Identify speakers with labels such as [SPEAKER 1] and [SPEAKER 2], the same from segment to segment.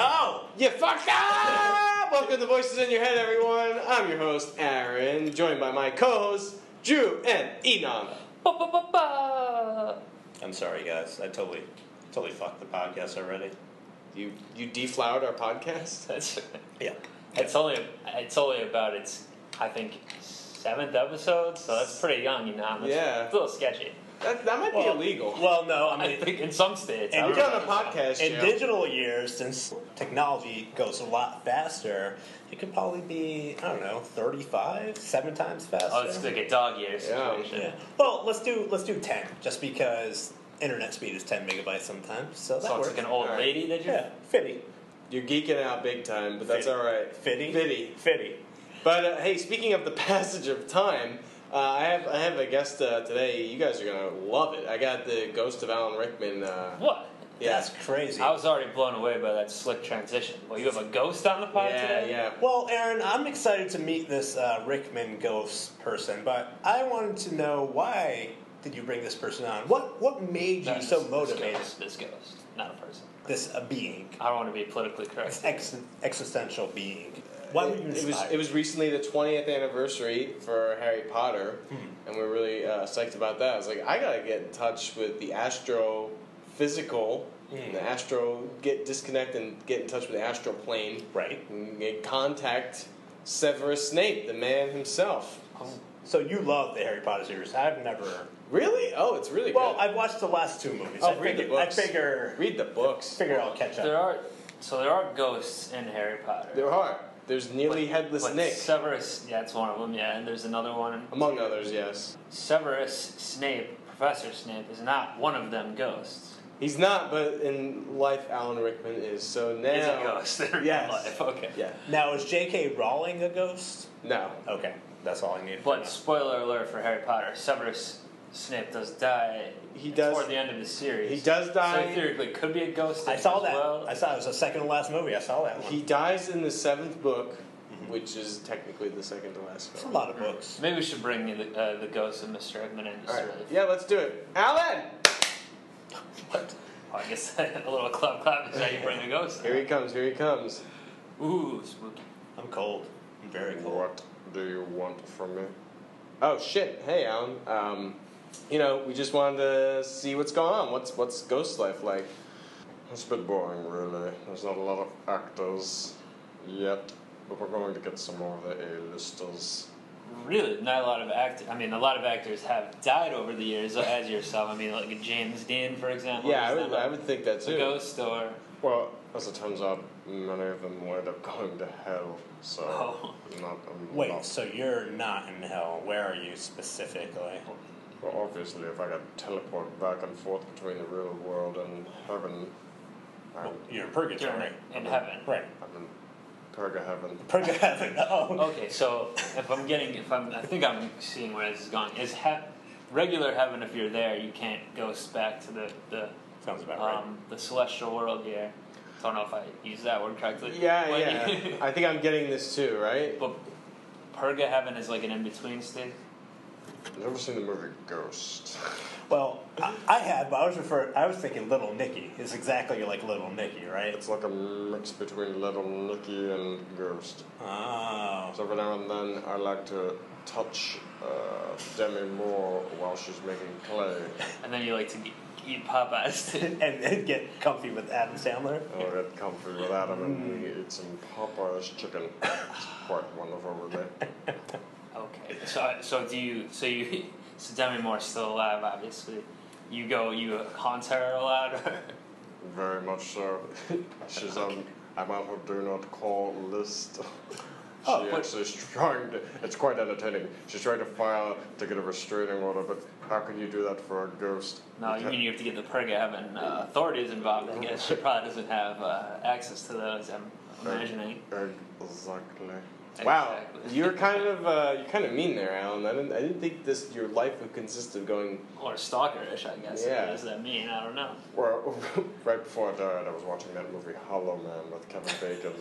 [SPEAKER 1] Oh, You fucked up! Welcome to Voices in Your Head, everyone. I'm your host, Aaron, joined by my co-hosts, Drew and Enon.
[SPEAKER 2] Ba-ba-ba-ba.
[SPEAKER 3] I'm sorry, guys. I totally, totally fucked the podcast already.
[SPEAKER 1] You you deflowered our podcast.
[SPEAKER 2] That's
[SPEAKER 3] Yeah.
[SPEAKER 2] it's only it's only about its I think seventh episode, so that's pretty young, you know. It's,
[SPEAKER 1] Yeah.
[SPEAKER 2] it's a little sketchy.
[SPEAKER 1] That, that might be illegal.
[SPEAKER 3] Well, no. I
[SPEAKER 2] I
[SPEAKER 3] mean,
[SPEAKER 2] think in some states. I
[SPEAKER 3] And
[SPEAKER 1] We're
[SPEAKER 2] don't
[SPEAKER 3] you're
[SPEAKER 1] on
[SPEAKER 2] know.
[SPEAKER 1] a podcast.
[SPEAKER 3] in
[SPEAKER 1] Joe.
[SPEAKER 3] digital years, since technology goes a lot faster, it could probably be I don't know, 35, seven times faster.
[SPEAKER 2] Oh, it's like a dog
[SPEAKER 1] Yeah.
[SPEAKER 2] ear situation.
[SPEAKER 3] yeah. Well, let's do let's do ten, just because internet speed is ten megabytes sometimes, so that
[SPEAKER 2] So it's
[SPEAKER 3] works.
[SPEAKER 2] like an old
[SPEAKER 1] Alright.
[SPEAKER 2] lady that you
[SPEAKER 3] yeah, fifty.
[SPEAKER 1] You're geeking out big time, but that's all right.
[SPEAKER 3] Fitty.
[SPEAKER 1] Fitty.
[SPEAKER 3] Fitty.
[SPEAKER 1] But uh, hey, speaking of the passage of time, uh, I have I have a guest uh, today. You guys are gonna love it. I got the ghost of Alan Rickman. Uh,
[SPEAKER 2] What?
[SPEAKER 1] yeah.
[SPEAKER 3] That's crazy.
[SPEAKER 2] I was already blown away by that slick transition. Well, you have a ghost on the pod
[SPEAKER 1] yeah,
[SPEAKER 2] today?
[SPEAKER 1] yeah.
[SPEAKER 3] Well, Aaron, I'm excited to meet this uh, Rickman ghost person, but I wanted to know why did you bring this person on? What what made
[SPEAKER 2] No,
[SPEAKER 3] you so
[SPEAKER 2] this- This
[SPEAKER 3] motivated?
[SPEAKER 2] ghost, this ghost, not a person.
[SPEAKER 3] This uh, being,
[SPEAKER 2] I don't want to be politically correct.
[SPEAKER 3] ex- existential being. Why were you
[SPEAKER 1] it, it was
[SPEAKER 3] inspired?
[SPEAKER 1] it was recently the 20th anniversary for Harry Potter,
[SPEAKER 3] Hmm.
[SPEAKER 1] and we are really uh, psyched about that. I was like, I gotta get in touch with the astro physical,
[SPEAKER 3] Hmm.
[SPEAKER 1] and the astro get disconnect and get in touch with the astral plane,
[SPEAKER 3] right.
[SPEAKER 1] and get contact Severus Snape, the man himself.
[SPEAKER 2] Um,
[SPEAKER 3] So you love the Harry Potter series. I've never.
[SPEAKER 1] Really? Oh, it's really
[SPEAKER 3] Well,
[SPEAKER 1] good.
[SPEAKER 3] I've watched the last two movies.
[SPEAKER 1] Oh,
[SPEAKER 3] I
[SPEAKER 1] read the
[SPEAKER 3] figure, I
[SPEAKER 1] books.
[SPEAKER 3] figure,
[SPEAKER 1] Read the books.
[SPEAKER 3] figure I'll catch
[SPEAKER 2] There
[SPEAKER 3] up.
[SPEAKER 2] are so there are ghosts in Harry Potter.
[SPEAKER 1] There are. There's nearly headless
[SPEAKER 2] Like
[SPEAKER 1] Nick,
[SPEAKER 2] Severus, yeah, it's one of them. Yeah, and there's another one.
[SPEAKER 1] among others. Yes,
[SPEAKER 2] Severus Snape, Professor Snape, is not one of them ghosts.
[SPEAKER 1] he's not, but in life, Alan Rickman is. So now,
[SPEAKER 2] Is a ghost in real
[SPEAKER 1] Yes.
[SPEAKER 2] life. Okay.
[SPEAKER 1] yeah,
[SPEAKER 3] Now is J.K. Rowling a ghost?
[SPEAKER 1] no.
[SPEAKER 3] Okay, that's all I need.
[SPEAKER 2] But spoiler alert for Harry Potter: Severus Snape does die.
[SPEAKER 1] He does-
[SPEAKER 2] toward the end of the series.
[SPEAKER 1] He does die.
[SPEAKER 2] So theoretically, could be a ghost. in
[SPEAKER 3] I
[SPEAKER 2] it
[SPEAKER 3] saw
[SPEAKER 2] as
[SPEAKER 3] that.
[SPEAKER 2] Well.
[SPEAKER 3] I saw it was the second to last movie. I saw that one.
[SPEAKER 1] He dies in the seventh book, which is technically the second to last
[SPEAKER 3] It's a
[SPEAKER 1] film.
[SPEAKER 3] lot of books.
[SPEAKER 2] Maybe we should bring in the, uh, the ghost of Mr. Eggman and just
[SPEAKER 1] All right.
[SPEAKER 2] really.
[SPEAKER 1] Yeah, let's do it. Alan!
[SPEAKER 3] What?
[SPEAKER 2] Oh, I guess a little clap clap is how you bring a ghost.
[SPEAKER 1] Here he comes, here he comes.
[SPEAKER 2] Ooh, spooky.
[SPEAKER 3] I'm cold. I'm very cold.
[SPEAKER 1] do you want from me? Oh, shit. Hey, Alan. Um, you know, we just wanted to see what's going on. What's, what's ghost life like? It's a bit boring, really. There's not a lot of actors yet, but we're going to get some more of the A-listers.
[SPEAKER 2] Really, not a lot of actors. I mean, a lot of actors have died over the years, as yourself. I mean, like James Dean, for example.
[SPEAKER 1] Yeah, I
[SPEAKER 2] is
[SPEAKER 1] would,
[SPEAKER 2] not
[SPEAKER 1] I would think that
[SPEAKER 2] a
[SPEAKER 1] too.
[SPEAKER 2] ghost or
[SPEAKER 4] Well, as it turns out, many of them wind up going to hell, so
[SPEAKER 2] Oh.
[SPEAKER 4] not um,
[SPEAKER 3] Wait,
[SPEAKER 4] Not,
[SPEAKER 3] so you're not in hell. Where are you specifically?
[SPEAKER 4] well, obviously, if I could teleport back and forth between the real world and heaven, I'm,
[SPEAKER 3] Well, you're in purgatory.
[SPEAKER 2] during in heaven.
[SPEAKER 3] Right.
[SPEAKER 4] I'm in purga heaven.
[SPEAKER 3] Purgatory. heaven. Oh.
[SPEAKER 2] Okay, so if I'm getting, if I'm, I think I'm seeing where this is going. Is he- regular heaven? If you're there, you can't ghost back to the the
[SPEAKER 3] Sounds about right.
[SPEAKER 2] um, the celestial world here. Don't know if I use that word correctly.
[SPEAKER 1] Yeah,
[SPEAKER 2] When
[SPEAKER 1] yeah.
[SPEAKER 2] you-
[SPEAKER 1] I think I'm getting this too, right?
[SPEAKER 2] but purga heaven is like an in between state.
[SPEAKER 4] Never seen the movie Ghost.
[SPEAKER 3] Well, I, I had, but I was referring. I was thinking Little Nicky is exactly like Little Nicky, right?
[SPEAKER 4] It's like a mix between Little Nicky and Ghost.
[SPEAKER 3] Oh.
[SPEAKER 4] So every now and then, I like to touch uh, Demi Moore while she's making clay.
[SPEAKER 2] And then you like to g- eat Popeyes too.
[SPEAKER 3] And, and get comfy with Adam Sandler.
[SPEAKER 4] I'll get comfy with Adam and we eat some Popeye's chicken. It's quite wonderful, really.
[SPEAKER 2] Okay. So, so do you? So you? So Demi Moore's still alive, obviously. You go. You haunt her a lot.
[SPEAKER 4] Very much so. She's on. I'm on her do not call list. She
[SPEAKER 2] Oh, but-
[SPEAKER 4] actually is trying to. It's quite entertaining. She's trying to file to get a restraining order, but how can you do that for a ghost?
[SPEAKER 2] no,
[SPEAKER 4] You
[SPEAKER 2] you
[SPEAKER 4] can't-
[SPEAKER 2] mean you have to get the Perga Heaven uh, authorities involved. I guess she probably doesn't have uh, access to those. I'm imagining.
[SPEAKER 4] Exactly.
[SPEAKER 1] Wow,
[SPEAKER 2] Exactly.
[SPEAKER 1] you're kind of uh, you're kind of mean there, Alan. I didn't I didn't think this your life would consist of going.
[SPEAKER 2] Or stalkerish, I guess.
[SPEAKER 1] Yeah.
[SPEAKER 2] What does that mean? I don't know.
[SPEAKER 4] Well, right before I died, I was watching that movie Hollow Man with Kevin Bacon.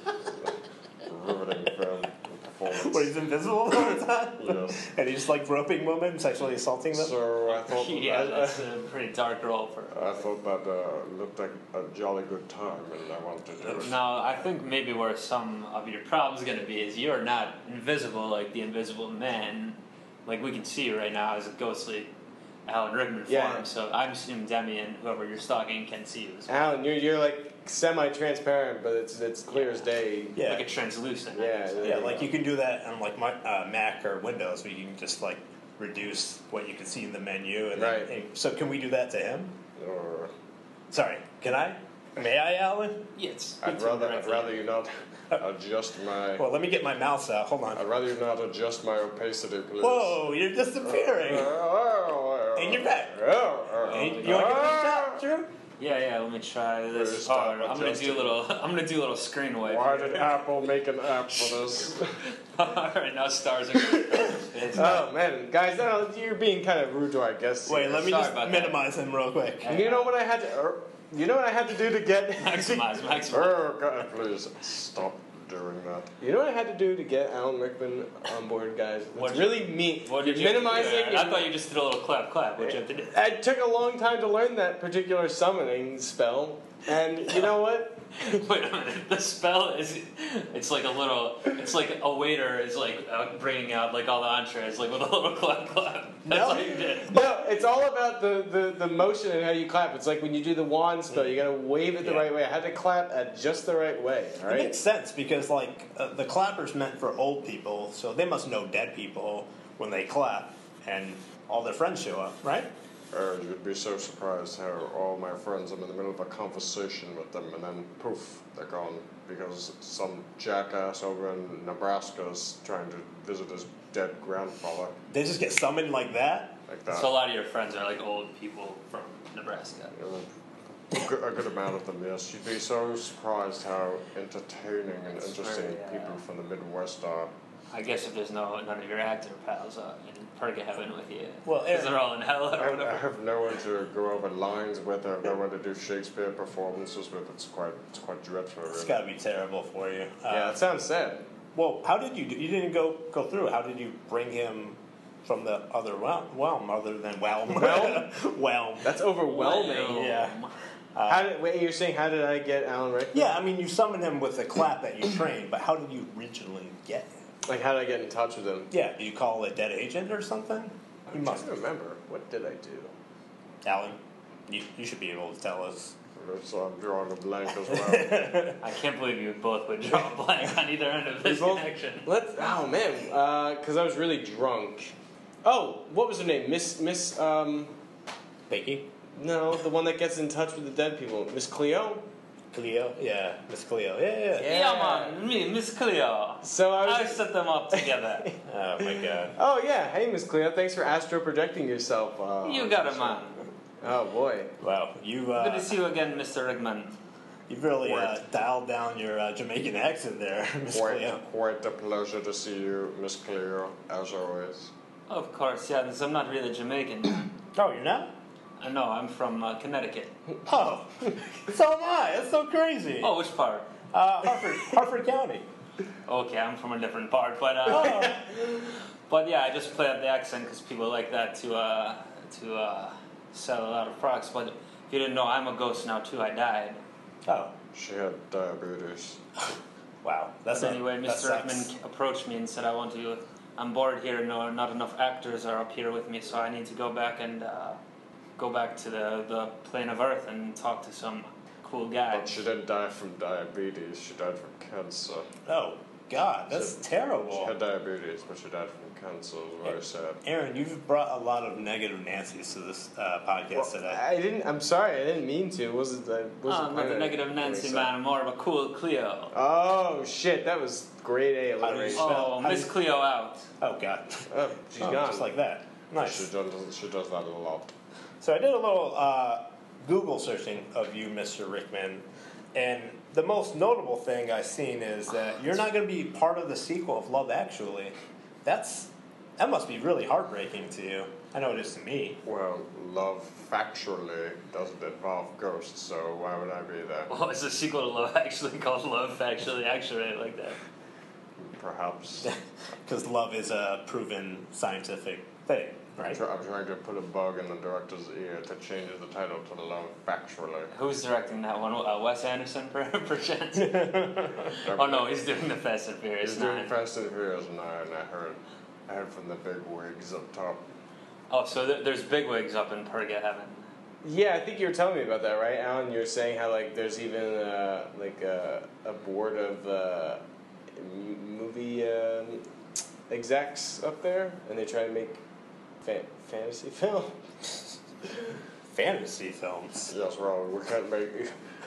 [SPEAKER 4] Riveting film. performance.
[SPEAKER 3] Where he's invisible all the time.
[SPEAKER 4] Yes.
[SPEAKER 3] And he's like groping women, sexually assaulting them.
[SPEAKER 4] So I thought
[SPEAKER 2] yeah,
[SPEAKER 4] I,
[SPEAKER 2] that's a pretty dark role for.
[SPEAKER 4] I thought that uh, looked like a jolly good time, and I wanted to do it.
[SPEAKER 2] Now, I think maybe where some of your problems going to be is you're not invisible like the Invisible Man, like we can see right now as a ghostly Alan Rickman
[SPEAKER 1] Yeah.
[SPEAKER 2] form. So I'm assuming Demi and whoever you're stalking can see you as well.
[SPEAKER 1] Alan, you're you're like semi-transparent, but it's it's clear as day.
[SPEAKER 3] yeah.
[SPEAKER 2] like a translucent.
[SPEAKER 1] Yeah. there
[SPEAKER 3] Yeah,
[SPEAKER 1] you
[SPEAKER 3] like
[SPEAKER 1] go.
[SPEAKER 3] you can do that on like my, uh, Mac or Windows, where you can just like reduce what you can see in the menu. And then-
[SPEAKER 1] Right.
[SPEAKER 3] and- so, can we do that to him?
[SPEAKER 4] Or
[SPEAKER 3] Sorry, can I? May I, Alan?
[SPEAKER 2] Yeah, it's,
[SPEAKER 4] I'd
[SPEAKER 2] it's
[SPEAKER 4] rather I'd
[SPEAKER 2] indirectly.
[SPEAKER 4] rather you not adjust my
[SPEAKER 3] Well, let me get my mouse out. Hold
[SPEAKER 4] I'd
[SPEAKER 3] on.
[SPEAKER 4] rather you not adjust my opacity, please. Oh,
[SPEAKER 3] Whoa, you're disappearing. And you're back.
[SPEAKER 4] back.
[SPEAKER 3] And you want to give it a shot, Drew?
[SPEAKER 2] Yeah, yeah. Let me try
[SPEAKER 4] Where's
[SPEAKER 2] this.
[SPEAKER 4] Tom
[SPEAKER 2] hard. I'm gonna do
[SPEAKER 4] adjusting?
[SPEAKER 2] a little. I'm gonna do a little screen wipe.
[SPEAKER 4] Why did Apple make an app for this?
[SPEAKER 2] All right, now stars are. Gonna
[SPEAKER 1] Oh man, guys, no, you're being kind of rude to our guests.
[SPEAKER 3] Wait,
[SPEAKER 1] here.
[SPEAKER 3] let me
[SPEAKER 2] Sorry
[SPEAKER 3] just
[SPEAKER 2] about that.
[SPEAKER 3] minimize him real quick.
[SPEAKER 1] You know what I had to. er, you know what I had to do to get.
[SPEAKER 2] maximize, maximize.
[SPEAKER 4] oh God, please stop doing that.
[SPEAKER 1] You know what I had to do to get Alan Rickman on board, guys.
[SPEAKER 2] What-
[SPEAKER 1] It's really me.
[SPEAKER 2] What
[SPEAKER 1] you're
[SPEAKER 2] did you
[SPEAKER 1] minimizing.
[SPEAKER 2] Do there? I thought you just did a little clap, clap. What you have to do?
[SPEAKER 1] It took a long time to learn that particular summoning spell, and you know what?
[SPEAKER 2] Wait a minute. The spell is. It's like a little. It's like a waiter is like uh, bringing out like all the entrees, like with a little clap, clap. That's
[SPEAKER 3] No.
[SPEAKER 2] what you did.
[SPEAKER 1] No, it's all about the, the, the motion and how you clap. It's like when you do the wand spell, you gotta wave it the
[SPEAKER 3] Yeah.
[SPEAKER 1] right way. I had to clap at just the right way,
[SPEAKER 3] It
[SPEAKER 1] alright?
[SPEAKER 3] makes sense because like uh, the clapper's meant for old people, so they must know dead people when they clap, and all their friends show up, right?
[SPEAKER 4] Uh, you'd be so surprised how all my friends, I'm in the middle of a conversation with them, and then poof, they're gone because some jackass over in Nebraska is trying to visit his dead grandfather
[SPEAKER 3] They just get summoned like that.
[SPEAKER 4] like that.
[SPEAKER 2] So a lot of your friends are like old people from Nebraska.
[SPEAKER 4] A good, a good amount of them, yes. You'd be so surprised how entertaining and
[SPEAKER 2] That's
[SPEAKER 4] interesting
[SPEAKER 2] very, uh,
[SPEAKER 4] people from the Midwest are.
[SPEAKER 2] I guess if there's no none of your actor pals uh, in purga heaven with you,
[SPEAKER 3] Well,
[SPEAKER 2] because
[SPEAKER 3] Aaron-
[SPEAKER 2] they're all in hell
[SPEAKER 4] I
[SPEAKER 2] or
[SPEAKER 4] have, I
[SPEAKER 2] whatever.
[SPEAKER 4] have no one to go over lines with. I have no one to do Shakespeare performances with. It's quite, it's quite dreadful.
[SPEAKER 3] It's
[SPEAKER 4] Really.
[SPEAKER 3] got to be terrible for you. Uh,
[SPEAKER 1] Yeah, it sounds sad.
[SPEAKER 3] Well, how did you do? You didn't go go through. How did you bring him from the other realm, realm other than whelm?
[SPEAKER 1] Realm?
[SPEAKER 3] whelm.
[SPEAKER 1] That's overwhelming.
[SPEAKER 2] Well,
[SPEAKER 3] yeah.
[SPEAKER 1] How did, wait, you're saying how did I get Alan Rickman?
[SPEAKER 3] Yeah, I mean, you summon him with the clap that you trained, but how did you originally get him?
[SPEAKER 1] Like, how did I get in touch with him?
[SPEAKER 3] Yeah, do you call a dead agent or something? You
[SPEAKER 1] I'm trying
[SPEAKER 3] must.
[SPEAKER 1] to remember. What did I do?
[SPEAKER 3] Alan, you, you should be able to tell us.
[SPEAKER 4] So I'm drawing a blank as well.
[SPEAKER 2] I can't believe you both would draw a blank on either end of this
[SPEAKER 1] We both-
[SPEAKER 2] connection.
[SPEAKER 1] Let's. Oh man, because I was really drunk. Oh, what was her name? Miss Miss. Um,
[SPEAKER 3] Becky?
[SPEAKER 1] no, the one that gets in touch with the dead people. Miss Cleo.
[SPEAKER 3] Cleo? Yeah, Miss Cleo. Yeah, yeah, yeah.
[SPEAKER 2] Yeah, man, me, Miss Cleo.
[SPEAKER 1] So I was.
[SPEAKER 2] I set them up together.
[SPEAKER 3] Oh my god.
[SPEAKER 1] oh yeah, hey Miss Cleo, thanks for astro projecting yourself. Uh,
[SPEAKER 2] you got a man.
[SPEAKER 1] Oh boy.
[SPEAKER 3] Wow, you,
[SPEAKER 2] Good to
[SPEAKER 3] uh,
[SPEAKER 2] see you again, Mr. Rickman.
[SPEAKER 3] you've really uh,
[SPEAKER 4] Worked.
[SPEAKER 3] dialed down your uh, Jamaican accent there, Miss
[SPEAKER 4] quite,
[SPEAKER 3] Cleo.
[SPEAKER 4] quite a pleasure to see you, Miss Cleo, as always.
[SPEAKER 2] Of course, yeah, because I'm not really Jamaican.
[SPEAKER 3] Oh, you're not?
[SPEAKER 2] I know, I'm from uh, Connecticut.
[SPEAKER 3] Oh, so am I. That's so crazy.
[SPEAKER 2] Oh, which part?
[SPEAKER 3] Uh, Harford, Harford County.
[SPEAKER 2] Okay, I'm from a different part, but uh,
[SPEAKER 3] Oh,
[SPEAKER 2] but yeah, I just play up the accent because people like that to uh, to uh, sell a lot of products. But if you didn't know, I'm a ghost now too. I died.
[SPEAKER 3] oh,
[SPEAKER 4] She had diabetes.
[SPEAKER 3] wow. That's
[SPEAKER 2] but
[SPEAKER 3] a-
[SPEAKER 2] anyway,
[SPEAKER 3] uh, that
[SPEAKER 2] Mr.
[SPEAKER 3] sucks.
[SPEAKER 2] Rickman approached me and said, "I want to. I'm bored here. No, not enough actors are up here with me, so I need to go back and uh, go back to the the plane of Earth and talk to some cool guy."
[SPEAKER 4] But she didn't die from diabetes, she died from cancer.
[SPEAKER 3] Oh, God, that's
[SPEAKER 4] She
[SPEAKER 3] terrible.
[SPEAKER 4] had diabetes, but she died from cancer. It was very sad.
[SPEAKER 3] Aaron, you've brought a lot of negative Nancy's to this uh, podcast
[SPEAKER 1] Well,
[SPEAKER 3] today.
[SPEAKER 1] I didn't. I'm sorry. I didn't mean to. Was it? I wasn't
[SPEAKER 2] Oh, not
[SPEAKER 1] planning
[SPEAKER 2] the
[SPEAKER 1] on
[SPEAKER 2] negative
[SPEAKER 1] doing
[SPEAKER 2] Nancy
[SPEAKER 1] so.
[SPEAKER 2] man, I'm more of a cool Cleo.
[SPEAKER 1] Oh shit! That was grade A
[SPEAKER 3] How do you
[SPEAKER 1] alliteration.
[SPEAKER 3] spell-
[SPEAKER 2] Oh,
[SPEAKER 3] how
[SPEAKER 2] Miss
[SPEAKER 3] do-
[SPEAKER 2] Cleo out.
[SPEAKER 3] Oh, God.
[SPEAKER 1] Oh, she's
[SPEAKER 3] Oh,
[SPEAKER 1] gone.
[SPEAKER 3] Just like that.
[SPEAKER 4] She
[SPEAKER 3] Nice.
[SPEAKER 4] does, she does that a lot.
[SPEAKER 3] So I did a little uh, Google searching of you, Mr. Rickman, and the most notable thing I've seen is that you're not going to be part of the sequel of Love Actually. That's that must be really heartbreaking to you. I know it is to me.
[SPEAKER 4] Well, love factually doesn't involve ghosts, so why would I be there?
[SPEAKER 2] Well, it's a sequel to Love Actually called Love Actually, actually, like that.
[SPEAKER 4] perhaps.
[SPEAKER 3] Because love is a proven scientific thing,
[SPEAKER 4] I'm,
[SPEAKER 3] right?
[SPEAKER 4] try- I'm trying to put a bug in the director's ear to change the title to Love Factually.
[SPEAKER 2] Who's directing that one? Uh, Wes Anderson, per, perchance? oh no, he's doing the Fast and Furious
[SPEAKER 4] He's
[SPEAKER 2] Nine.
[SPEAKER 4] doing Fast and Furious 9, I heard. I heard from the big wigs up top.
[SPEAKER 2] oh, so th- there's bigwigs up in Perga Heaven.
[SPEAKER 1] Yeah, I think you were telling me about that, right, Alan? You were saying how like there's even uh, like uh, a board of uh, m- movie um, execs up there, and they try to make fa- fantasy film.
[SPEAKER 3] Fantasy films.
[SPEAKER 4] Yes, well, we can't make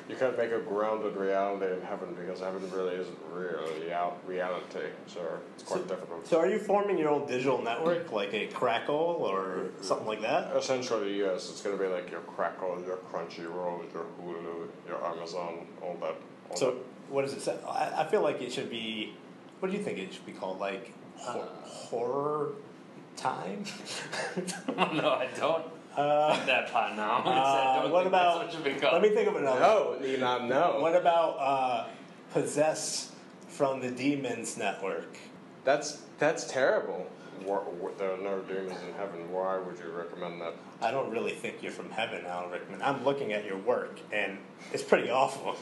[SPEAKER 4] you can't make a grounded reality in heaven because heaven really isn't real real- reality. So it's quite difficult.
[SPEAKER 3] So, are you forming your own digital network, like a Crackle or something like that?
[SPEAKER 4] Essentially, yes, it's going to be like your Crackle, your Crunchyroll, your Hulu, your Amazon, all that. All
[SPEAKER 3] So, what does it say? I, I feel like it should be. What do you think it should be called? Like hor- horror time?
[SPEAKER 2] no, I don't.
[SPEAKER 3] Uh,
[SPEAKER 2] That part now. I
[SPEAKER 3] uh,
[SPEAKER 2] don't
[SPEAKER 3] what
[SPEAKER 2] think
[SPEAKER 3] about?
[SPEAKER 2] That's what should be called.
[SPEAKER 3] let me think of another.
[SPEAKER 1] No, you not no.
[SPEAKER 3] What about uh, possessed from the demons network?
[SPEAKER 1] That's that's terrible.
[SPEAKER 4] that. Wha- wha- there are no demons in heaven. Why would you recommend that?
[SPEAKER 3] I don't really think you're from heaven, Alan Rickman. I'm looking at your work, and it's pretty awful.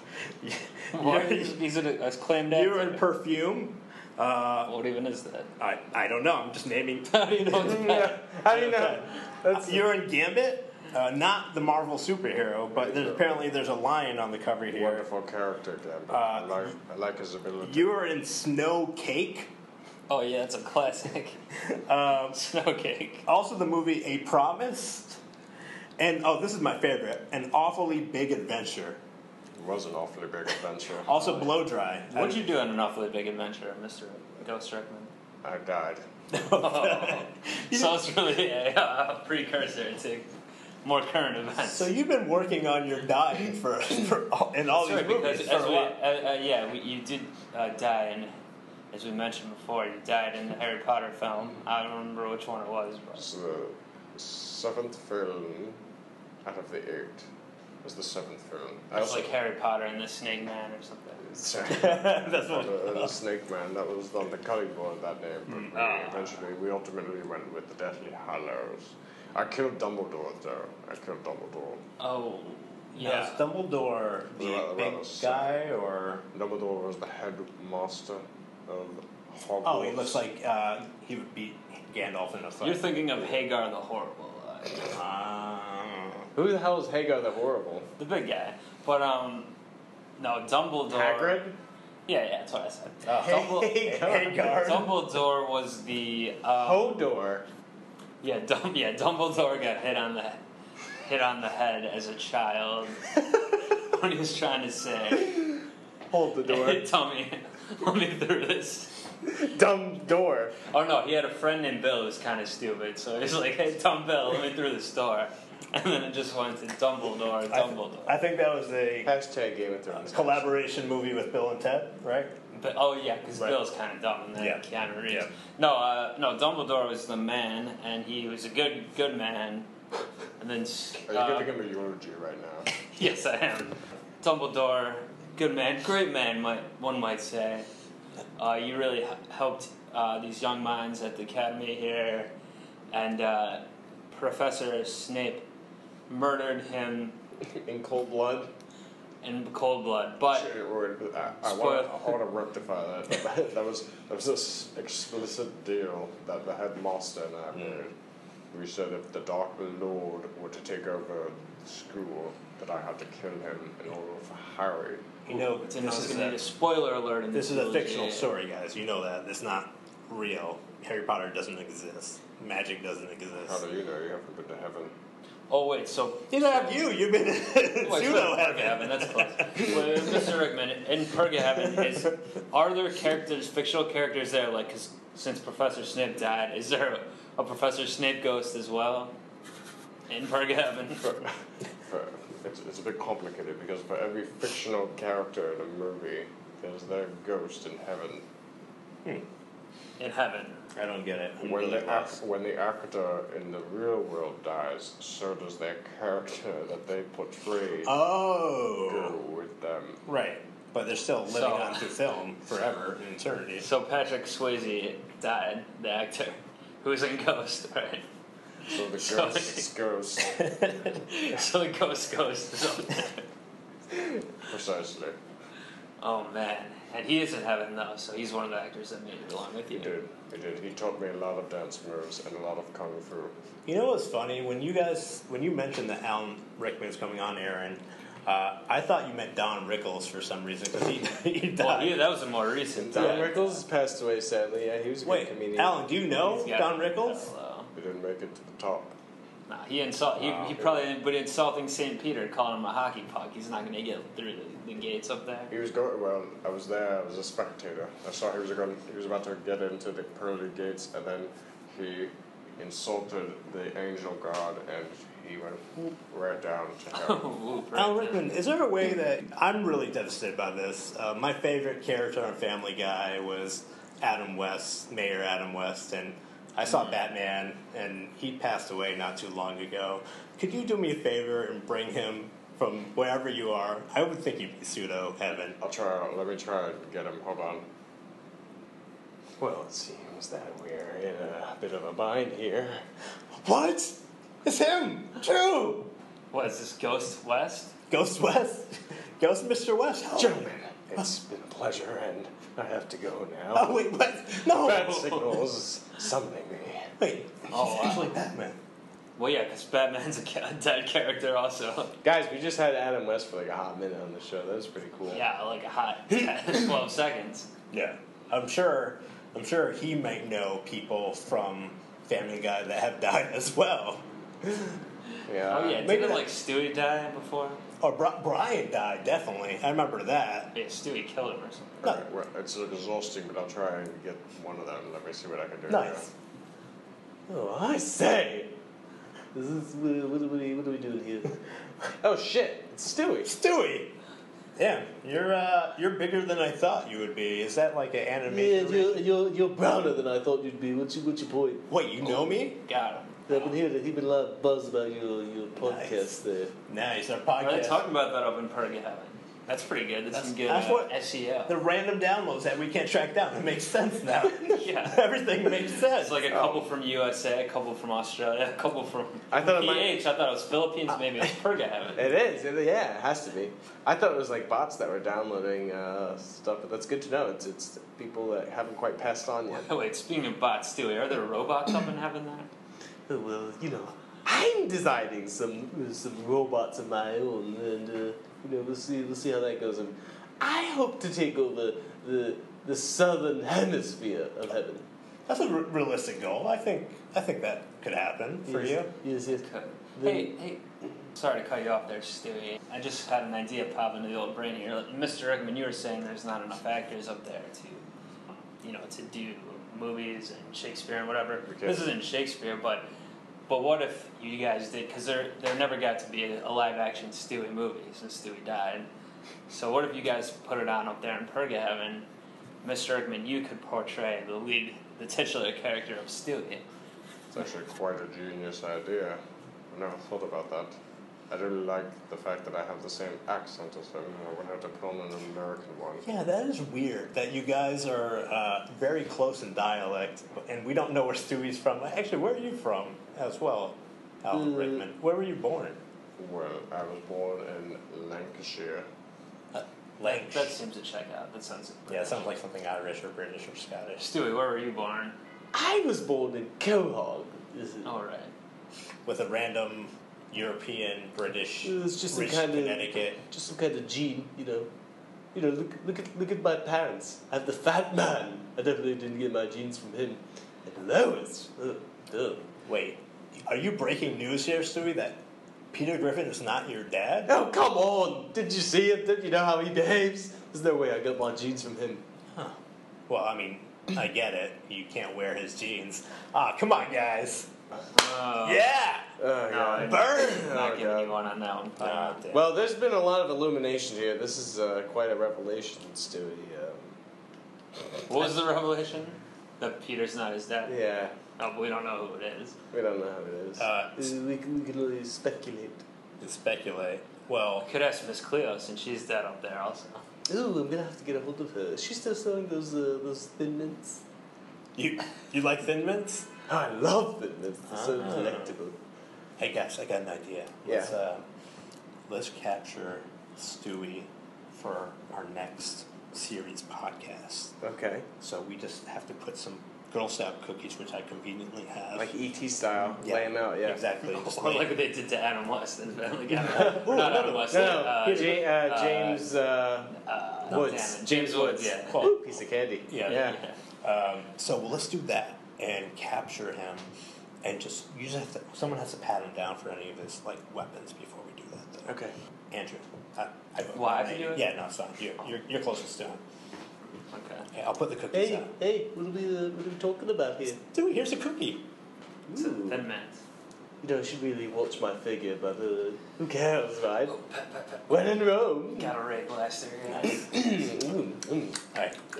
[SPEAKER 2] Why
[SPEAKER 3] you're,
[SPEAKER 2] is, is it a, as claimed
[SPEAKER 3] you're in
[SPEAKER 2] actor?
[SPEAKER 3] perfume. Uh,
[SPEAKER 2] What even is that?
[SPEAKER 3] I, I don't know. I'm just naming.
[SPEAKER 2] How do you know it's bad?
[SPEAKER 1] How do you know?
[SPEAKER 3] Uh, you're in Gambit, uh, not the Marvel superhero, but there's, apparently there's a lion on the cover here.
[SPEAKER 4] Wonderful character, Gambit.
[SPEAKER 3] Uh,
[SPEAKER 4] I, like, I like his ability.
[SPEAKER 3] You are in Snow Cake.
[SPEAKER 2] Oh yeah, it's a classic.
[SPEAKER 3] Um,
[SPEAKER 2] Snowcake.
[SPEAKER 3] also, the movie A Promise. And oh, this is my favorite An Awfully Big Adventure.
[SPEAKER 4] It was an awfully big adventure.
[SPEAKER 3] Also, Blow Dry.
[SPEAKER 2] Oh, What'd you do in an awfully big adventure, Mister Ghost Rickman?
[SPEAKER 4] I died.
[SPEAKER 2] so it's really a uh, precursor to more current events.
[SPEAKER 3] Uh, So you've been working on your diet for, for all, in all
[SPEAKER 2] Sorry,
[SPEAKER 3] these movies.
[SPEAKER 2] because
[SPEAKER 3] for
[SPEAKER 2] as
[SPEAKER 3] a
[SPEAKER 2] we,
[SPEAKER 3] while.
[SPEAKER 2] uh, uh, yeah, we, you did uh, die, and as we mentioned before, you died in the Harry Potter film. I don't remember which one it was, but
[SPEAKER 4] It's the seventh film out of the eight. It was the seventh film. I
[SPEAKER 2] it's
[SPEAKER 4] also
[SPEAKER 2] like Harry Potter and the Snake Man or something.
[SPEAKER 4] Sorry.
[SPEAKER 3] That's what-
[SPEAKER 4] the, the Snake Man, that was on the cutting board that day, but we
[SPEAKER 2] Ah.
[SPEAKER 4] eventually, we ultimately went with the Deathly Hallows. I killed Dumbledore, though. I killed Dumbledore.
[SPEAKER 2] Oh,
[SPEAKER 3] Yeah, is
[SPEAKER 2] yeah.
[SPEAKER 3] Dumbledore the
[SPEAKER 4] Rather-
[SPEAKER 3] big
[SPEAKER 4] rather sad.
[SPEAKER 3] guy, or
[SPEAKER 4] Dumbledore was the headmaster of Hogwarts.
[SPEAKER 3] oh, he looks like uh, he would beat Gandalf in a
[SPEAKER 2] You're
[SPEAKER 3] fight.
[SPEAKER 2] thinking of Hagar the Horrible, uh,
[SPEAKER 3] Ah.
[SPEAKER 1] Who the hell is Hagar the Horrible?
[SPEAKER 2] the big guy. But um, no, Dumbledore.
[SPEAKER 1] Hagrid.
[SPEAKER 2] Yeah, yeah, that's what I said.
[SPEAKER 3] Uh,
[SPEAKER 2] Dumble-
[SPEAKER 3] Hagar.
[SPEAKER 2] Dumbledore was the uh,
[SPEAKER 1] Hodor.
[SPEAKER 2] Yeah, Dum- yeah, Dumbledore got hit on the hit on the head as a child when he was trying to say,
[SPEAKER 1] Hold the door.
[SPEAKER 2] "Hey, Tommy, let me through this."
[SPEAKER 1] Dumb door.
[SPEAKER 2] Oh no, he had a friend named Bill who was kind of stupid, so he's like, "Hey, Tom Bill, let me through this door," and then it just went to Dumbledore,
[SPEAKER 3] I, th-
[SPEAKER 2] Dumbledore.
[SPEAKER 3] I think that was a
[SPEAKER 1] Hashtag Game of Thrones.
[SPEAKER 3] collaboration movie with Bill and Ted, right?
[SPEAKER 2] But oh yeah, because
[SPEAKER 3] Right.
[SPEAKER 2] Bill's kind of dumb, and then
[SPEAKER 3] Yeah.
[SPEAKER 2] Keanu Reeves.
[SPEAKER 3] Yeah.
[SPEAKER 2] No, uh, no, Dumbledore was the man, and he was a good, good man. And then s-
[SPEAKER 4] Are you
[SPEAKER 2] uh,
[SPEAKER 4] giving him a eulogy right now?
[SPEAKER 2] Yes, I am. Dumbledore, good man, great man, might, one might say. Uh, you really h- helped uh, these young minds at the academy here, and uh, Professor Snape murdered him
[SPEAKER 1] In cold blood.
[SPEAKER 2] in cold blood. But
[SPEAKER 4] Shit, word. I, I
[SPEAKER 2] Spoil-
[SPEAKER 4] want, to rectify that. that was that was this explicit deal that the headmaster and I made. We said if the Dark Lord were to take over the school, that I had to kill him in order for Harry.
[SPEAKER 3] You know,
[SPEAKER 2] didn't know I
[SPEAKER 3] this
[SPEAKER 2] was
[SPEAKER 3] is
[SPEAKER 2] gonna
[SPEAKER 3] a,
[SPEAKER 2] need a spoiler alert. In
[SPEAKER 3] this is a
[SPEAKER 2] eulogy.
[SPEAKER 3] fictional story, guys. You know that it's not real. Harry Potter doesn't exist. Magic doesn't
[SPEAKER 4] How
[SPEAKER 3] exist.
[SPEAKER 4] do you know you haven't been to heaven?
[SPEAKER 2] Oh wait, so
[SPEAKER 3] Neither have you. You've been in
[SPEAKER 2] Wait,
[SPEAKER 3] pseudo
[SPEAKER 2] Perga Heaven,
[SPEAKER 3] heaven.
[SPEAKER 2] That's close. Wait, Mr. Rickman, in Perga Heaven, is are there characters, fictional characters there? Like, 'cause since Professor Snape died, is there a Professor Snape ghost as well in Perga Heaven?
[SPEAKER 4] For, it's, it's a bit complicated because for every fictional character in a movie, there's their ghost in heaven.
[SPEAKER 2] In heaven.
[SPEAKER 3] I don't get it. I'm
[SPEAKER 4] When
[SPEAKER 3] really
[SPEAKER 4] the,
[SPEAKER 3] lost.
[SPEAKER 4] ac- when the actor in the real world dies, so does their character that they portray
[SPEAKER 3] Oh,
[SPEAKER 4] go with them.
[SPEAKER 3] right. but they're still living
[SPEAKER 2] So-
[SPEAKER 3] on through film forever in eternity.
[SPEAKER 2] So Patrick Swayze died, the actor who was in Ghost, right?
[SPEAKER 4] So the
[SPEAKER 2] Sorry.
[SPEAKER 4] ghosts goes
[SPEAKER 2] so the Ghost Ghost is up there.
[SPEAKER 4] precisely.
[SPEAKER 2] Oh man, and he is in heaven though, so he's one of the actors that made it along with
[SPEAKER 4] He
[SPEAKER 2] you.
[SPEAKER 4] did. He did. He taught me a lot of dance moves and a lot of kung fu.
[SPEAKER 3] You know what's funny? When you guys, when you mentioned that Alan Rickman's coming on, Aaron, uh, I thought you meant Don Rickles for some reason because he, he died.
[SPEAKER 2] Well, he, that was a more recent.
[SPEAKER 1] Don
[SPEAKER 2] yeah.
[SPEAKER 1] Rickles passed away sadly. Yeah, he was a good
[SPEAKER 3] Wait,
[SPEAKER 1] comedian.
[SPEAKER 3] Alan, do you know
[SPEAKER 2] He's got-
[SPEAKER 3] Don Rickles?
[SPEAKER 2] Hello.
[SPEAKER 4] He didn't make it to the top.
[SPEAKER 2] Nah, he insult. He, he probably, didn't- but insulting Saint Peter, calling him a hockey puck, he's not gonna get through the, the gates up there.
[SPEAKER 4] He was going. Well, I was there. I was a spectator. I saw he was going. He was about to get into the pearly gates, and then he insulted the angel god, and he went whoop, right down to hell.
[SPEAKER 2] Whoop, right
[SPEAKER 3] Alan
[SPEAKER 2] there.
[SPEAKER 3] Rickman, is there a way that I'm really devastated by this? Uh, my favorite character on Family Guy was Adam West, Mayor Adam West, and I saw
[SPEAKER 2] Mm.
[SPEAKER 3] Batman, and he passed away not too long ago. Could you do me a favor and bring him from wherever you are? I would think you'd be pseudo heaven.
[SPEAKER 4] I'll try. Let me try and get him. Hold on.
[SPEAKER 1] Well, it seems that we're in a bit of a bind here.
[SPEAKER 3] What? It's him! True!
[SPEAKER 2] What is this Ghost West?
[SPEAKER 3] Ghost West. Ghost Mr. West. Help.
[SPEAKER 1] Gentlemen, it's been a pleasure, and I have to go now.
[SPEAKER 3] Oh, wait, what? No!
[SPEAKER 1] Bat signals is summoning me.
[SPEAKER 3] Wait,
[SPEAKER 2] Oh,
[SPEAKER 3] he's
[SPEAKER 2] wow.
[SPEAKER 3] actually Batman.
[SPEAKER 2] Well, yeah, because Batman's a ca- dead character also.
[SPEAKER 1] Guys, we just had Adam West for like a hot minute on the show. That was pretty cool.
[SPEAKER 2] Yeah, like a hot 10, 12 seconds.
[SPEAKER 3] Yeah. I'm sure I'm sure he might know people from Family Guy that have died as well.
[SPEAKER 1] Yeah.
[SPEAKER 2] Oh yeah,
[SPEAKER 3] maybe
[SPEAKER 2] didn't
[SPEAKER 3] that-
[SPEAKER 2] like Stewie die before?
[SPEAKER 3] Or Bri- Brian died, definitely. I remember that.
[SPEAKER 2] Yeah, Stewie killed him or something.
[SPEAKER 3] No.
[SPEAKER 4] All right, well, it's exhausting, but I'll try and get one of them. Let me see what I can do.
[SPEAKER 3] Nice.
[SPEAKER 1] Oh, I say. This is what, are we, what are we doing here? oh shit! It's Stewie.
[SPEAKER 3] Stewie! Yeah, you're uh, you're bigger than I thought you would be. Is that like an
[SPEAKER 1] Yeah,
[SPEAKER 3] animation?
[SPEAKER 1] you're, you're, you're browner than I thought you'd be. What's your, what's your point?
[SPEAKER 3] Wait, you know me?
[SPEAKER 2] Got him.
[SPEAKER 1] I've been hearing he's been a lot of buzz about your, your podcast
[SPEAKER 3] Nice.
[SPEAKER 1] there.
[SPEAKER 3] Nice.
[SPEAKER 2] Are
[SPEAKER 3] Our
[SPEAKER 2] they
[SPEAKER 3] podcast.
[SPEAKER 2] talking about that up in Purga Heaven? That's pretty good. That's, some good
[SPEAKER 3] that's
[SPEAKER 2] uh,
[SPEAKER 3] what-
[SPEAKER 2] SEO.
[SPEAKER 3] the random downloads that we can't track down. It makes sense now.
[SPEAKER 2] yeah.
[SPEAKER 3] Everything makes sense.
[SPEAKER 2] It's like a couple from USA, a couple from Australia, a couple from
[SPEAKER 1] I thought it might-
[SPEAKER 2] PH. I thought it was Philippines, maybe it was Purga Heaven.
[SPEAKER 1] It is, it- yeah, it has to be. I thought it was like bots that were downloading uh, stuff, but that's good to know. It's it's people that haven't quite passed on yet.
[SPEAKER 2] Oh, wait, speaking of bots, Stewie, are there robots up in heaven there?
[SPEAKER 1] Oh, well, you know, I'm designing some some robots of my own, and uh, you know, we'll see we'll see how that goes. And I hope to take over the the southern hemisphere of heaven.
[SPEAKER 3] That's a re- realistic goal. I think I think that could happen for
[SPEAKER 1] yes,
[SPEAKER 3] you.
[SPEAKER 1] Yes, yes. The-
[SPEAKER 2] Hey, hey, sorry to cut you off there, Stewie. I just had an idea pop into the old brain here. Like, Mr. Rickman, you were saying there's not enough actors up there to, you know, to do movies and Shakespeare and whatever.
[SPEAKER 4] Okay.
[SPEAKER 2] This isn't Shakespeare, but but what if you guys did? Because there there never got to be a, a live action Stewie movie since Stewie died. So what if you guys put it on up there in Purga Heaven? Mr. Rickman, you could portray the lead, the titular character of Stewie.
[SPEAKER 4] It's actually quite a genius idea. I never thought about that. I really like the fact that I have the same accent as him, and I would have to put on an American one.
[SPEAKER 3] Yeah, that is weird that you guys are uh, very close in dialect, and we don't know where Stewie's from. Actually, where are you from as well, Alan
[SPEAKER 1] Mm.
[SPEAKER 3] Rickman? Where were you born?
[SPEAKER 4] Well, I was born in Lancashire.
[SPEAKER 3] Lanc.
[SPEAKER 2] That seems to check out. That sounds.
[SPEAKER 3] Yeah, it sounds like something Irish or British or Scottish.
[SPEAKER 2] Stewie, where were you born?
[SPEAKER 1] I was born in Quahog. This is-
[SPEAKER 2] All right.
[SPEAKER 3] With a random European, British,
[SPEAKER 1] It was just some
[SPEAKER 3] rich
[SPEAKER 1] kind of-
[SPEAKER 3] Connecticut.
[SPEAKER 1] just some kind of gene, you know. You know, look, look at look at my parents. I'm the fat man. I definitely didn't get my genes from him. And Lois, oh, ugh, ugh.
[SPEAKER 3] Wait, are you breaking news here, Stewie, that Peter Griffin is not your dad?
[SPEAKER 1] Oh come on! Did you see it? Did you know how he behaves? There's no way I got my genes from him.
[SPEAKER 3] Well, I mean, I get it. You can't wear his jeans. Ah, come on, guys.
[SPEAKER 2] Uh,
[SPEAKER 3] Yeah!
[SPEAKER 1] Oh,
[SPEAKER 2] No,
[SPEAKER 1] God.
[SPEAKER 3] Burn!
[SPEAKER 2] not
[SPEAKER 1] Oh,
[SPEAKER 2] giving
[SPEAKER 1] God.
[SPEAKER 2] you one on that one. uh,
[SPEAKER 3] Ah, damn.
[SPEAKER 1] Well, there's been a lot of illumination here. This is uh, quite a revelation, Stewie. Um,
[SPEAKER 2] what was the revelation? That Peter's not his dad.
[SPEAKER 1] yeah,
[SPEAKER 2] Oh, but we don't know who it is.
[SPEAKER 1] we don't know how it is.
[SPEAKER 3] Uh,
[SPEAKER 1] we, can, we can only speculate.
[SPEAKER 3] speculate. Well,
[SPEAKER 2] Could ask Miss Cleo since she's dead up there also.
[SPEAKER 1] Ooh, I'm gonna have to get a hold of her. Is she still selling those uh, those thin mints?
[SPEAKER 3] You you like Thin Mints?
[SPEAKER 1] I love thin mints. They're so
[SPEAKER 3] Ah.
[SPEAKER 1] delectable.
[SPEAKER 3] Hey guys, I got an idea. Let's, uh, let's capture Stewie for our next series podcast.
[SPEAKER 1] Okay,
[SPEAKER 3] So we just have to put some Girl Scout cookies, which I conveniently have.
[SPEAKER 1] like ET style,
[SPEAKER 3] Yeah,
[SPEAKER 1] lay 'em out. Yeah.
[SPEAKER 3] Exactly. Just
[SPEAKER 2] Or like
[SPEAKER 3] like-
[SPEAKER 2] what they did to Adam West and Family Guy. Not Adam West.
[SPEAKER 1] No, no,
[SPEAKER 2] uh,
[SPEAKER 1] Ja- uh, James uh,
[SPEAKER 2] uh,
[SPEAKER 1] Woods.
[SPEAKER 2] damn it.
[SPEAKER 1] James Woods.
[SPEAKER 2] Yeah.
[SPEAKER 3] Cool.
[SPEAKER 1] Ooh, piece of candy.
[SPEAKER 3] Yeah.
[SPEAKER 1] yeah.
[SPEAKER 3] Um, so well, let's do that and capture him, and just you just have to. Someone has to pat him down for any of his like weapons before we do that. Though.
[SPEAKER 1] Okay.
[SPEAKER 3] Andrew, I, I vote
[SPEAKER 2] Why, I
[SPEAKER 3] nominate
[SPEAKER 2] can
[SPEAKER 3] you.
[SPEAKER 2] do it?
[SPEAKER 3] Yeah, no, it's not. You're you're, you're closest to him.
[SPEAKER 2] Okay.
[SPEAKER 3] Okay, I'll put the cookies
[SPEAKER 1] Hey,
[SPEAKER 3] out.
[SPEAKER 1] hey, what are we uh, what are we talking about here?
[SPEAKER 3] Dude, here's a cookie.
[SPEAKER 2] So
[SPEAKER 1] Ooh.
[SPEAKER 2] ten minutes.
[SPEAKER 1] You know, I should really watch my figure, but uh, who cares, right? When in Rome. Mm,
[SPEAKER 2] Got a ray blaster. yeah.
[SPEAKER 3] All right,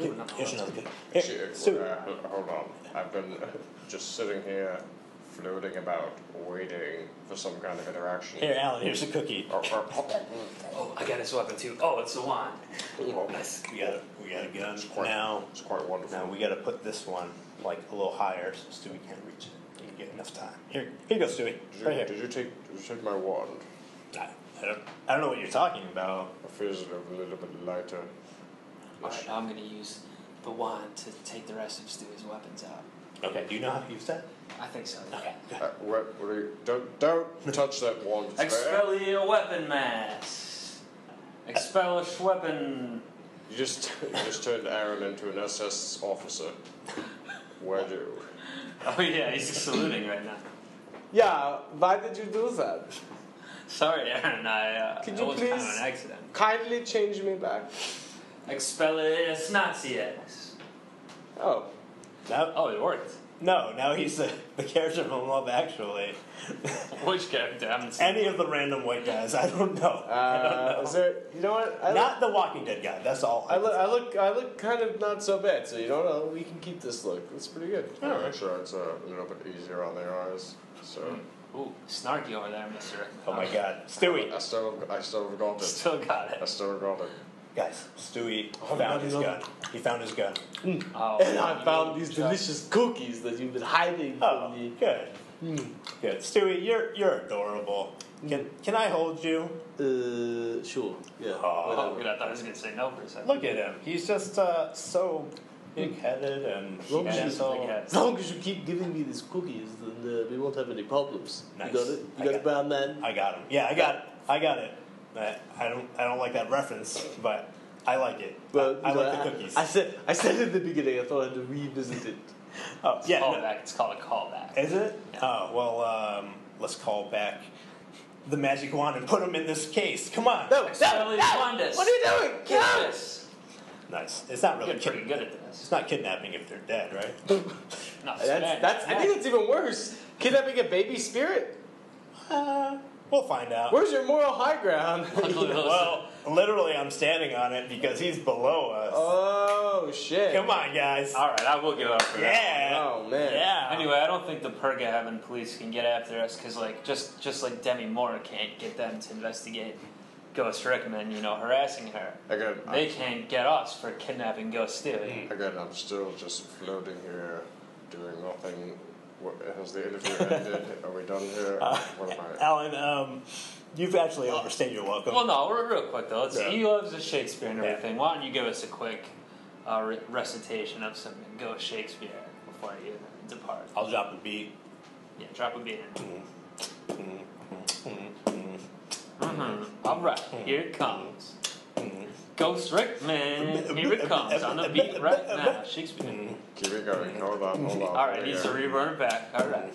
[SPEAKER 2] Ooh,
[SPEAKER 3] here-
[SPEAKER 2] another
[SPEAKER 3] here's
[SPEAKER 2] one.
[SPEAKER 3] another cookie. Here,
[SPEAKER 4] Actually, uh,
[SPEAKER 3] Stewie,
[SPEAKER 4] uh, h- hold on. I've been uh, just sitting here, floating about, waiting for some kind of interaction.
[SPEAKER 3] here, Alan, here's a cookie.
[SPEAKER 4] Or- or-
[SPEAKER 2] Oh, I got his weapon too. Oh, it's a wand.
[SPEAKER 3] Nice. We got a, we got a gun.
[SPEAKER 4] It's quite,
[SPEAKER 3] Now,
[SPEAKER 4] it's quite wonderful.
[SPEAKER 3] now we got to put this one like a little higher so Stewie can't reach it. You get enough time. Here, here you go, Stewie.
[SPEAKER 4] Did you,
[SPEAKER 3] Right here.
[SPEAKER 4] did you take did you take my wand?
[SPEAKER 3] I, I, don't, I don't know what you're talking about.
[SPEAKER 4] It feels a little bit lighter.
[SPEAKER 2] All right, I'm gonna use the wand to take the rest of Stewie's weapons out.
[SPEAKER 3] Okay, do you know how to use that?
[SPEAKER 2] I think so.
[SPEAKER 3] Okay.
[SPEAKER 4] Uh, what, what are you, don't don't touch that wand. It's very-
[SPEAKER 2] Expellia weapon mass. Expellish weapon.
[SPEAKER 4] You just you just turned Aaron into an SS officer. Where do?
[SPEAKER 2] Oh yeah, he's saluting right now.
[SPEAKER 1] Yeah, why did you do that?
[SPEAKER 2] Sorry, Aaron. I uh,
[SPEAKER 1] Could
[SPEAKER 2] that
[SPEAKER 1] you
[SPEAKER 2] was kind of
[SPEAKER 1] please-
[SPEAKER 2] an accident.
[SPEAKER 1] Kindly change me back.
[SPEAKER 2] Expellius Nazius.
[SPEAKER 1] Oh,
[SPEAKER 3] Now,
[SPEAKER 2] Oh, it worked.
[SPEAKER 3] no, now he's the, the character from Love Actually.
[SPEAKER 2] Which character? I haven't seen.
[SPEAKER 3] Any of the random white guys, I don't know. I don't
[SPEAKER 1] uh,
[SPEAKER 3] know.
[SPEAKER 1] is there? You know what? I look,
[SPEAKER 3] Not the Walking Dead guy. That's all.
[SPEAKER 1] I look, I look, I look kind of not so bad. So you know what? I'll- We can keep this look. It's pretty good.
[SPEAKER 4] Oh, actually, it's a little bit easier on the eyes. So
[SPEAKER 2] Ooh, snarky over there, Mister.
[SPEAKER 3] Oh my God, Stewie,
[SPEAKER 4] I still I still have got it.
[SPEAKER 2] Still got
[SPEAKER 4] I
[SPEAKER 2] it.
[SPEAKER 4] still got it.
[SPEAKER 3] guys, Stewie
[SPEAKER 1] Oh,
[SPEAKER 3] found
[SPEAKER 1] bloody
[SPEAKER 3] his
[SPEAKER 1] hell.
[SPEAKER 3] gun. He found his gun.
[SPEAKER 2] Oh,
[SPEAKER 1] And I
[SPEAKER 2] you
[SPEAKER 1] found these
[SPEAKER 2] shot.
[SPEAKER 1] delicious cookies that you've been hiding
[SPEAKER 3] Oh,
[SPEAKER 1] from me.
[SPEAKER 3] good,
[SPEAKER 1] Hmm.
[SPEAKER 3] good. Stewie, you're you're adorable. Can can I hold you?
[SPEAKER 1] Uh, sure. Yeah.
[SPEAKER 3] Oh.
[SPEAKER 2] Oh,
[SPEAKER 1] whatever.
[SPEAKER 2] good. I thought I was gonna say no for a second.
[SPEAKER 3] Look at him. He's just uh, so big-headed and
[SPEAKER 1] Long
[SPEAKER 2] Yeah,
[SPEAKER 1] as,
[SPEAKER 2] that's
[SPEAKER 1] you,
[SPEAKER 2] all.
[SPEAKER 3] gentle.
[SPEAKER 2] Yeah.
[SPEAKER 1] as long as you keep giving me these cookies, then uh, we won't have any problems.
[SPEAKER 3] Nice.
[SPEAKER 1] You got it?
[SPEAKER 3] I
[SPEAKER 1] You got
[SPEAKER 3] got-
[SPEAKER 1] it, brown man?
[SPEAKER 3] I got him. Yeah, I got. I got it. I, I don't. I don't like that reference, but I like it.
[SPEAKER 1] Well,
[SPEAKER 3] I, I
[SPEAKER 1] you know,
[SPEAKER 3] like the cookies.
[SPEAKER 1] I, said, I said at the beginning, I thought I had to revisit it.
[SPEAKER 3] oh yeah. no-
[SPEAKER 2] Callback. It's called a callback.
[SPEAKER 3] is it? Oh well. Um, let's call back the magic wand and put him in this case. Come on.
[SPEAKER 1] No, no,
[SPEAKER 2] Stanley
[SPEAKER 1] no!
[SPEAKER 2] Wanders.
[SPEAKER 1] What are you doing?
[SPEAKER 2] Get
[SPEAKER 1] No!
[SPEAKER 2] this.
[SPEAKER 3] Nice. It's not really.
[SPEAKER 2] You're pretty
[SPEAKER 3] Kid-
[SPEAKER 2] good at
[SPEAKER 3] it's
[SPEAKER 2] this.
[SPEAKER 3] not kidnapping if they're dead, right?
[SPEAKER 2] Not
[SPEAKER 1] That's,
[SPEAKER 2] bad.
[SPEAKER 1] that's, I think that's even worse. Kidnapping a baby spirit?
[SPEAKER 3] Uh, we'll find out.
[SPEAKER 1] Where's your moral high ground?
[SPEAKER 2] Luckily, those-
[SPEAKER 3] well, literally, I'm standing on it because he's below us.
[SPEAKER 1] oh, shit.
[SPEAKER 3] Come on, guys.
[SPEAKER 2] all right, I will give up for that.
[SPEAKER 3] Yeah.
[SPEAKER 1] Oh, man.
[SPEAKER 3] Yeah.
[SPEAKER 2] Anyway, I don't think the Perga Heaven police can get after us because, like, just just like Demi Moore can't get them to investigate Ghost Rickman, you know, harassing her.
[SPEAKER 4] Again,
[SPEAKER 2] They
[SPEAKER 4] I,
[SPEAKER 2] can't get us for kidnapping Ghost Stewie.
[SPEAKER 4] again, I'm still just floating here, doing nothing. What, has the interview ended? Are we done here?
[SPEAKER 2] Uh,
[SPEAKER 4] what am I?
[SPEAKER 3] Alan, um, you've actually overstayed your
[SPEAKER 1] Mm.
[SPEAKER 3] welcome.
[SPEAKER 2] Well, no, we're real quick though. Let's,
[SPEAKER 3] Yeah.
[SPEAKER 2] He loves the Shakespeare and
[SPEAKER 3] Yeah.
[SPEAKER 2] everything. Why don't you give us a quick uh, re- recitation of some Ghost Shakespeare before you depart?
[SPEAKER 3] I'll drop a beat.
[SPEAKER 2] Yeah, drop a beat in. Mm-hmm. All right, here it comes. Ghost Rickman, here it comes on the beat right now. Shakespeare.
[SPEAKER 4] Keep it going. Hold on. Hold on.
[SPEAKER 2] All right,
[SPEAKER 4] Here we
[SPEAKER 2] needs to
[SPEAKER 4] go.
[SPEAKER 2] rerun it back. All right.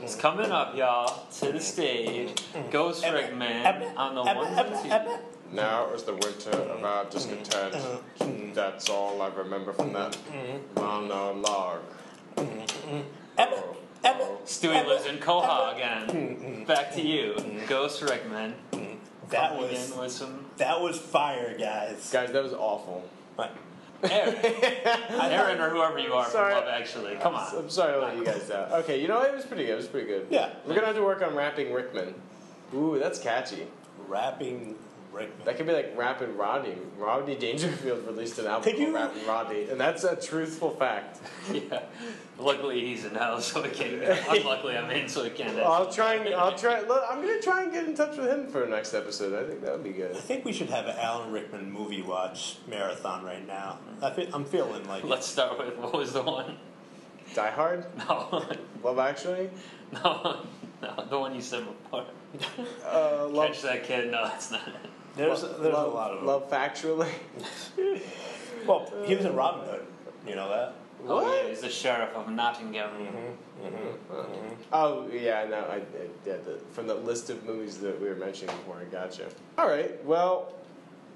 [SPEAKER 2] It's coming up, y'all, to the stage. Ghost Rickman on the one, two.
[SPEAKER 4] Now is the winter of our discontent. That's all I remember from that monologue.
[SPEAKER 2] Uh,
[SPEAKER 4] Oh, oh.
[SPEAKER 2] Stewie lives in Koha again. Back to you, Ghost Rickman.
[SPEAKER 3] That
[SPEAKER 2] Up
[SPEAKER 3] was
[SPEAKER 2] again with some
[SPEAKER 3] that was fire, guys.
[SPEAKER 1] Guys, that was awful.
[SPEAKER 2] Aaron, Aaron or whoever you are
[SPEAKER 1] Sorry.
[SPEAKER 2] from Love Actually. Come on.
[SPEAKER 1] I'm sorry to let you guys down. Okay, you know what? It was pretty good. It was pretty good.
[SPEAKER 3] Yeah.
[SPEAKER 1] We're gonna have to work on rapping Rickman. Ooh, that's catchy.
[SPEAKER 3] Rapping Rickman.
[SPEAKER 4] That could be like Rapid Roddy. Roddy Dangerfield released an album
[SPEAKER 3] Could
[SPEAKER 4] called
[SPEAKER 3] you-
[SPEAKER 4] Rapid Roddy, and that's a truthful fact.
[SPEAKER 2] Yeah. Luckily he's in hell, so I can't. Unluckily I'm in, so I can't.
[SPEAKER 4] I'll try and I'll try. Look, I'm gonna try and get in touch with him for the next episode. I think that would be good.
[SPEAKER 3] I think we should have an Alan Rickman movie watch marathon right now. I feel, I'm feeling like
[SPEAKER 2] Let's start with what was the one?
[SPEAKER 4] Die Hard,
[SPEAKER 2] No,
[SPEAKER 4] Love Actually,
[SPEAKER 2] no, no, the one you said before.
[SPEAKER 4] uh,
[SPEAKER 2] Catch
[SPEAKER 4] Love.
[SPEAKER 2] that kid. No, it's not. it.
[SPEAKER 3] there's there's a
[SPEAKER 4] Love-
[SPEAKER 3] lot of
[SPEAKER 4] Love Factually.
[SPEAKER 3] them. Well, he was in Robin Hood. You know that?
[SPEAKER 2] Oh,
[SPEAKER 4] What?
[SPEAKER 2] yeah, he's the sheriff of Nottingham.
[SPEAKER 4] Oh yeah, no, I, I yeah, the, from the list of movies that we were mentioning before, I gotcha. All right, well,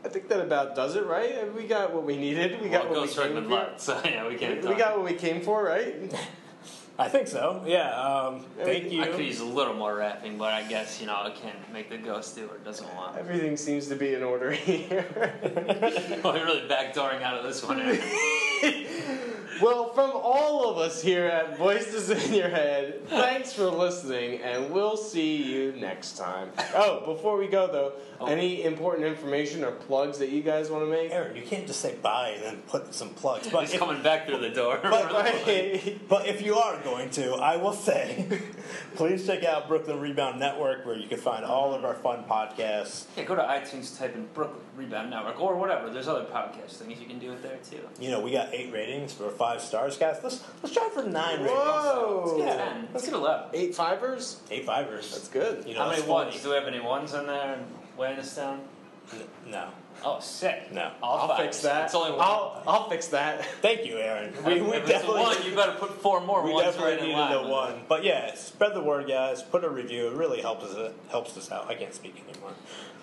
[SPEAKER 4] I think that about does it, right? We got what we needed. We got
[SPEAKER 2] well,
[SPEAKER 4] what
[SPEAKER 2] Ghost
[SPEAKER 4] we
[SPEAKER 2] Rickman
[SPEAKER 4] came for.
[SPEAKER 2] left, so yeah, we can't.
[SPEAKER 4] We got what we came for, right?
[SPEAKER 3] I think so. Yeah. Um, thank
[SPEAKER 2] I could
[SPEAKER 3] you.
[SPEAKER 2] use a little more rapping, but I guess you know I can't make the ghost do what it doesn't want.
[SPEAKER 4] Everything seems to be in order here.
[SPEAKER 2] well, we're really backdooring out of this one. Aaron.
[SPEAKER 4] well, from all of us here at Voices in Your Head, thanks for listening, and we'll see you next time. Oh, before we go though, any important information or plugs that you guys want to make?
[SPEAKER 3] Aaron, you can't just say bye and then put some plugs. But
[SPEAKER 2] He's
[SPEAKER 3] if-
[SPEAKER 2] coming back through the door.
[SPEAKER 4] Right.
[SPEAKER 3] But if you are going to, I will say, please check out Brooklyn Rebound Network, where you can find all of our fun podcasts.
[SPEAKER 2] Yeah, go to iTunes, type in Brooklyn Rebound Network or whatever. There's other podcast things you can do it there too.
[SPEAKER 3] You know, we got eight ratings for five stars, guys. Let's let's try for nine
[SPEAKER 4] Whoa.
[SPEAKER 3] ratings.
[SPEAKER 2] Let's get
[SPEAKER 3] Yeah.
[SPEAKER 2] ten. Let's get eleven.
[SPEAKER 4] Eight fivers?
[SPEAKER 3] Eight fivers.
[SPEAKER 4] That's good.
[SPEAKER 3] You know,
[SPEAKER 2] How many
[SPEAKER 3] that's funny.
[SPEAKER 2] ones? Do we have any ones on there? in Wayanestown?
[SPEAKER 3] N- No.
[SPEAKER 2] Oh, sick.
[SPEAKER 3] No.
[SPEAKER 4] I'll fix that.
[SPEAKER 2] It's only one.
[SPEAKER 4] I'll, I'll fix that.
[SPEAKER 3] Thank you, Aaron. We, we
[SPEAKER 2] if it's a
[SPEAKER 3] definitely
[SPEAKER 2] one, you better put four more
[SPEAKER 3] we
[SPEAKER 2] ones
[SPEAKER 3] definitely
[SPEAKER 2] right in
[SPEAKER 3] needed
[SPEAKER 2] line.
[SPEAKER 3] a one. But yeah, spread the word, guys. Put a review. It really helps us helps us out. I can't speak anymore.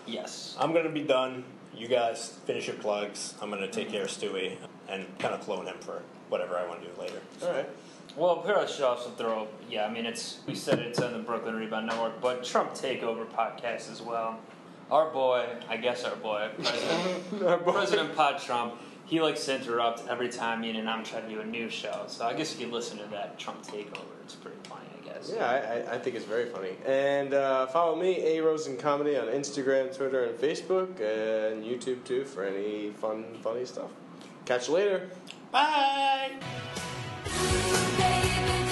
[SPEAKER 2] Yes.
[SPEAKER 3] I'm gonna be done. You guys finish your plugs. I'm gonna take care of Stewie and kind of clone him for whatever I want to do later.
[SPEAKER 4] All right.
[SPEAKER 2] Well, Piro should also throw. Yeah, I mean, it's we said it's on the Brooklyn Rebound Network, but Trump Takeover podcast as well. Our boy, I guess our boy, President, President Pod Trump, he likes to interrupt every time me and I'm trying to do a new show. So I guess you could listen to that Trump Takeover. It's pretty funny, I guess.
[SPEAKER 4] Yeah, I, I, I think it's very funny. And uh, follow me, A Rosen Comedy, on Instagram, Twitter, and Facebook, and YouTube too for any fun, funny stuff. Catch you later.
[SPEAKER 3] Bye.
[SPEAKER 5] Baby,